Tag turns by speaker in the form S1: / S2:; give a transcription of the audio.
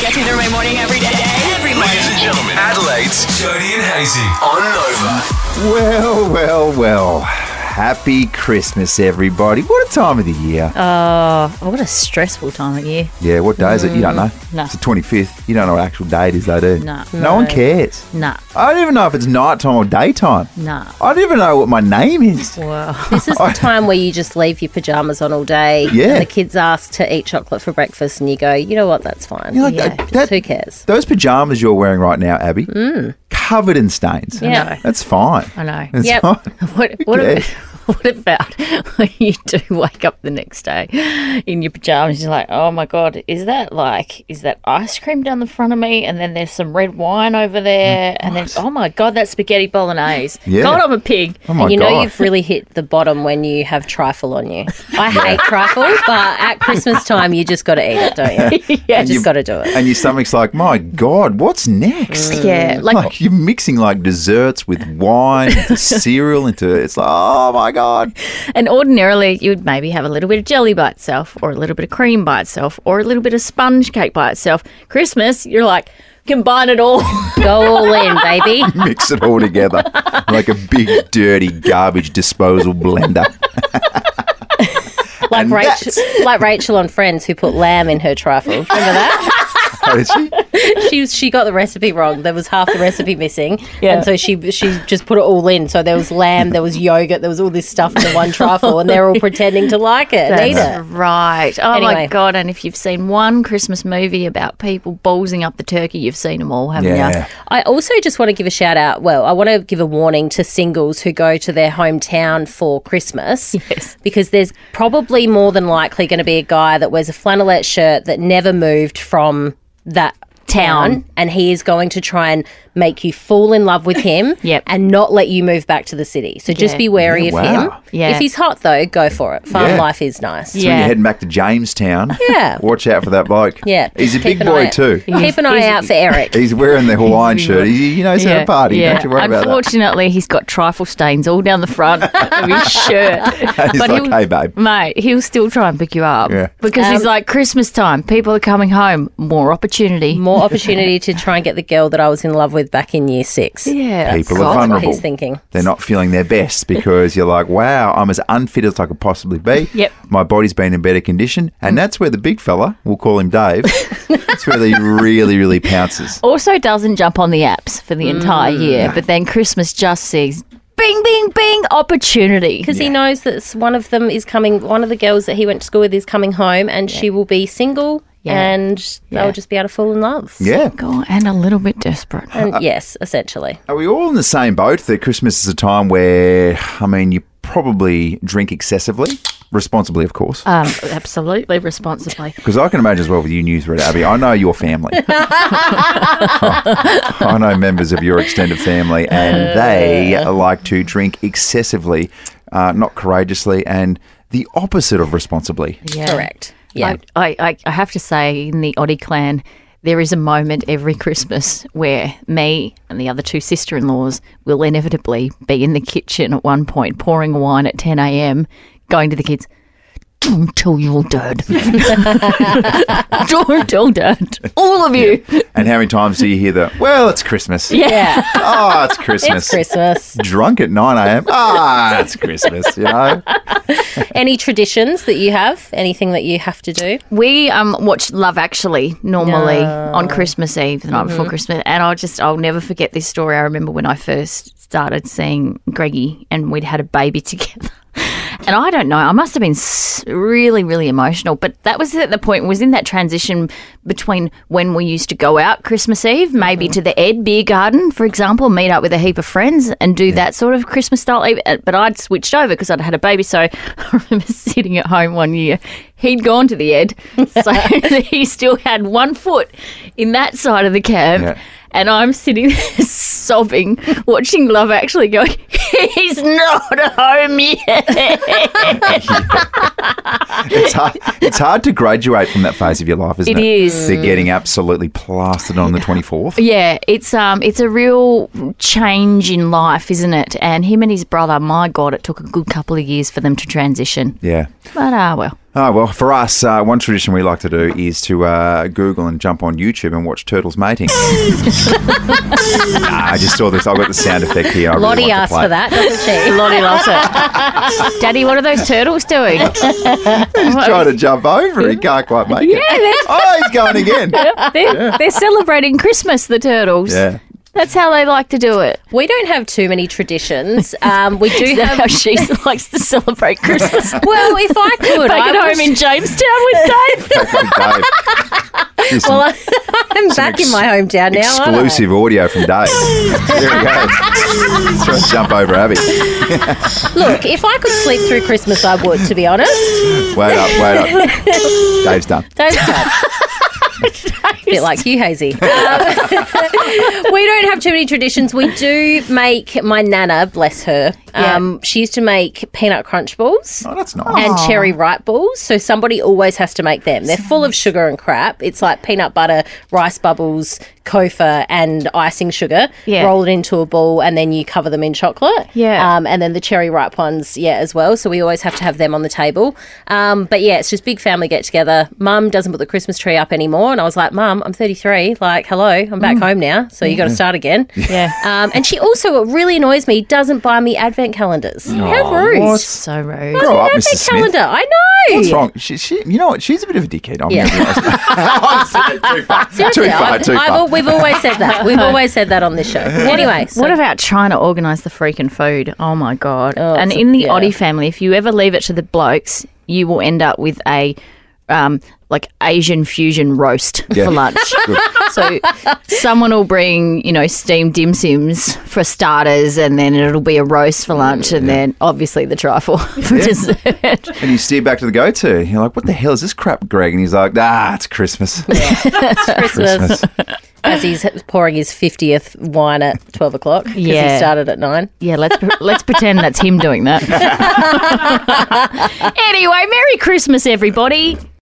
S1: Gets me through my morning every day. Every morning.
S2: Ladies and gentlemen, Adelaide's Jody and Hazy on Nova.
S3: Well, well, well. Happy Christmas, everybody. What a time of the year.
S4: Uh,
S5: Oh, what a stressful time of year.
S3: yeah, what day is it? You don't know.
S5: no.
S3: It's the 25th. You don't know what actual date is, though, do you?
S5: No.
S3: No,
S5: No.
S3: one cares.
S5: Nah,
S3: I don't even know if it's nighttime or daytime.
S5: nah.
S3: I don't even know what my name is.
S5: Wow.
S4: This is the time where you just leave your pajamas on all day.
S3: Yeah.
S4: And the kids ask to eat chocolate for breakfast, and you go, you know what? That's fine.
S3: You're like,
S5: Yeah.
S3: that-
S4: Just
S3: that-
S4: who cares? Mm.
S3: Those pajamas you're wearing right now, Abby, covered in stains.
S4: Yeah.
S3: That's fine.
S5: I know.
S3: That's
S4: Yep.
S3: fine.
S5: What, what, about,
S3: cares?
S5: what about when you do wake up the next day in your pajamas? You're like, oh my God, is that like, is that ice cream down the front of me? And then there's some red wine over there. And then, oh my God, that's spaghetti bolognese.
S3: Yeah.
S5: God, I'm a pig.
S3: Oh, my
S4: and you know
S3: God.
S4: you've really hit the bottom when you have trifle on you. I hate trifle, but at Christmas time you just got to eat it, don't you? yeah,
S3: you-
S4: just got to do it. Mm.
S3: and your stomach's like, my God, what's next?
S5: Yeah,
S3: Like,
S5: like,
S3: you're mixing like desserts with wine, into cereal, into it's like, oh my God.
S5: and ordinarily you'd maybe have a little bit of jelly by itself, or a little bit of cream by itself, or a little bit of sponge cake by itself. Christmas, you're like, combine it all.
S4: Go all in, baby.
S3: Mix it all together like a big, dirty garbage disposal blender.
S4: Like
S3: And
S4: Rachel, like Rachel on Friends who put lamb in her trifle. Remember that?
S3: Oh, is she?
S4: She was, she got the recipe wrong. There was half the recipe missing,
S5: Yeah.
S4: and so she she just put it all in. So there was lamb, there was yogurt, there was all this stuff in the one trifle, and they're all pretending to like it, and eat it.
S5: That's right. Oh my
S4: Anyway.
S5: god! And if you've seen one Christmas movie about people ballsing up the turkey, you've seen them all, haven't
S3: Yeah.
S4: I also just want to give a shout out. Well, I want to give a warning to singles who go to their hometown for Christmas.
S5: Yes.
S4: Because there's probably more than likely going to be a guy that wears a flannelette shirt that never moved from that town and he is going to try and make you fall in love with him
S5: Yep.
S4: and not let you move back to the city. So just
S5: Yeah.
S4: be wary of
S3: wow.
S4: him.
S5: Yeah.
S4: If he's hot though, go for it. Farm
S3: Yeah.
S4: life is nice.
S5: you?
S3: When you're heading back to Jamestown,
S4: Yeah.
S3: watch out for that bloke.
S4: Yeah.
S3: He's a
S4: Keep
S3: big
S4: an
S3: boy
S4: eye-
S3: too.
S4: Keep an eye out for Eric.
S3: He's wearing the Hawaiian shirt. He, you know, he's at a party. Don't you worry about that.
S5: Unfortunately, he's got trifle stains all down the front of his shirt.
S3: He's like,
S5: he'll-
S3: "Hey, babe."
S5: mate, he'll still try and pick you up
S3: Yeah.
S5: because he's like Christmas time. People are coming home, more opportunity.
S4: more opportunity to try and get the girl that I was in love with back in year six.
S5: yeah,
S3: People
S5: God.
S3: are vulnerable.
S4: he's thinking.
S3: They're not feeling their best because you're like, wow, I'm as unfit as I could possibly be.
S5: Yep.
S3: My body's been in better condition. And that's where the big fella, we'll call him Dave, that's where he really, really pounces.
S5: Also, doesn't jump on the apps for the entire year, but then Christmas just sees bing, bing, bing, opportunity.
S4: Because he knows that s- one of them is coming, one of the girls that he went to school with is coming home and she will be single
S5: Yeah.
S4: and
S5: Yeah.
S4: they'll just be able to fall in love.
S3: Yeah. Uh,
S5: God, and a little bit desperate.
S4: And yes, essentially.
S3: Are we all in the same boat that Christmas is a time where, I mean, you probably drink excessively? Responsibly, of course.
S5: Um, absolutely responsibly.
S3: Because I can imagine as well with you, newsreader Abby. I know your family. I know members of your extended family, and they like to drink excessively, uh, not courageously, and the opposite of responsibly.
S5: Yeah.
S4: Correct. Yeah.
S5: I, I, I have to say, in the Oddie clan, there is a moment every Christmas where me and the other two sister in laws will inevitably be in the kitchen at one point, pouring wine at 10 a.m., going to the kids, Don't tell your dad. Don't tell dad. All of you.
S3: And how many times do you hear the, well, it's Christmas?
S4: yeah.
S3: Oh, it's Christmas.
S4: Christmas.
S3: Drunk at 9 a.m. Ah, it's Christmas, you know?
S4: Any traditions that you have? Anything that you have to do?
S5: We um watch Love Actually normally on Christmas Eve, the night before Christmas, and I'll just I'll never forget this story. I remember when I first started seeing Greggy, and we'd had a baby together. And I don't know. I must have been s- really, really emotional. But that was at the point was in that transition between when we used to go out Christmas Eve, maybe to the Ed Beer Garden, for example, meet up with a heap of friends and do that sort of Christmas style. Eve. Uh, But I'd switched over because I'd had a baby. So I remember sitting at home one year. He'd gone to the Ed, so he still had one foot in that side of the cab,
S3: Yeah.
S5: and I'm sitting there sobbing watching Love Actually going, he's not home yet.
S3: It's hard, it's hard to graduate from that phase of your life, isn't it?
S5: It is.
S3: They're getting absolutely plastered on the 24th.
S5: yeah, it's um, it's a real change in life, isn't it? And him and his brother, my God, it took a good couple of years for them to transition.
S3: Yeah.
S5: But ah, well.
S3: Oh, well, for us, uh, one tradition we like to do is to uh, Google and jump on YouTube and watch turtles mating. Ah, I just saw this. I've got the sound effect here. I really
S4: Lottie
S3: want to
S4: asked
S3: play.
S4: for that, doesn't she?
S5: Lottie loves it. Daddy, what are those turtles doing?
S3: Trying to jump over, he can't quite make it. Oh, he's going again.
S5: They're, they're celebrating Christmas, the turtles.
S3: Yeah.
S5: That's how they like to do it.
S4: we don't have too many traditions. Um, we do
S5: That's how
S4: have.
S5: she likes to celebrate Christmas.
S4: Well, if I could,
S5: Back
S4: I
S5: at home
S4: would-
S5: in Jamestown with Dave.
S3: Dave. Here's some
S4: Well, I'm back in my hometown now. aren't I?
S3: exclusive audio from Dave. there he goes. Trying to jump over Abby.
S4: Look, if I could sleep through Christmas, I would. To be honest,
S3: Wait up, wait up. Dave's done.
S4: don't stop. Bit like you, Hazy. Um, we don't have too many traditions. We do make my nana, bless her. Um, She used to make peanut crunch balls.
S3: Oh, that's nice.
S4: and cherry ripe balls. So somebody always has to make them. They're full of sugar and crap. It's like peanut butter, rice bubbles, kofa, and icing sugar.
S5: Yeah.
S4: Roll it into a ball, and then you cover them in chocolate.
S5: Yeah.
S4: Um, and then the cherry ripe ones, yeah, as well. So we always have to have them on the table. Um, but yeah, it's just big family get together. Mum doesn't put the Christmas tree up anymore, and I was like, Mum, I'm 33. Like, hello, I'm back home now. So you got to start again.
S5: Mm. Yeah.
S4: Um, and she also, what really annoys me, doesn't buy me advent calendars. How rude!
S5: So rude.
S3: Grow up,
S4: Advent
S3: Mrs. Smith.
S4: calendar, I know.
S3: What's wrong? She, she, you know what? She's a bit of a dickhead. I'm
S4: Yeah.
S3: yeah. too far. Too
S4: Yeah,
S3: far.
S4: I've-
S3: Too
S4: I've al-
S3: far.
S4: we've always said that. We've always said that on this show. Anyway, so
S5: What about trying to organise the freaking food? Oh my god! and
S4: it's a-
S5: in the
S4: yeah.
S5: Oddie family, if you ever leave it to the blokes, you will end up with a um, like Asian fusion roast
S3: Yeah.
S5: for lunch. so someone will bring you know steamed dim sims for starters, and then it'll be a roast for lunch, and then obviously the trifle for dessert.
S3: And you steer back to the go-to. You're like, what the hell is this crap, Greg? And he's like, ah, it's Christmas.
S4: Christmas, as he's pouring his 50th wine at 12 o'clock because he
S5: Yeah.
S4: started at 9.
S5: Yeah, let's pre- let's pretend that's him doing that. anyway, Merry Christmas, everybody.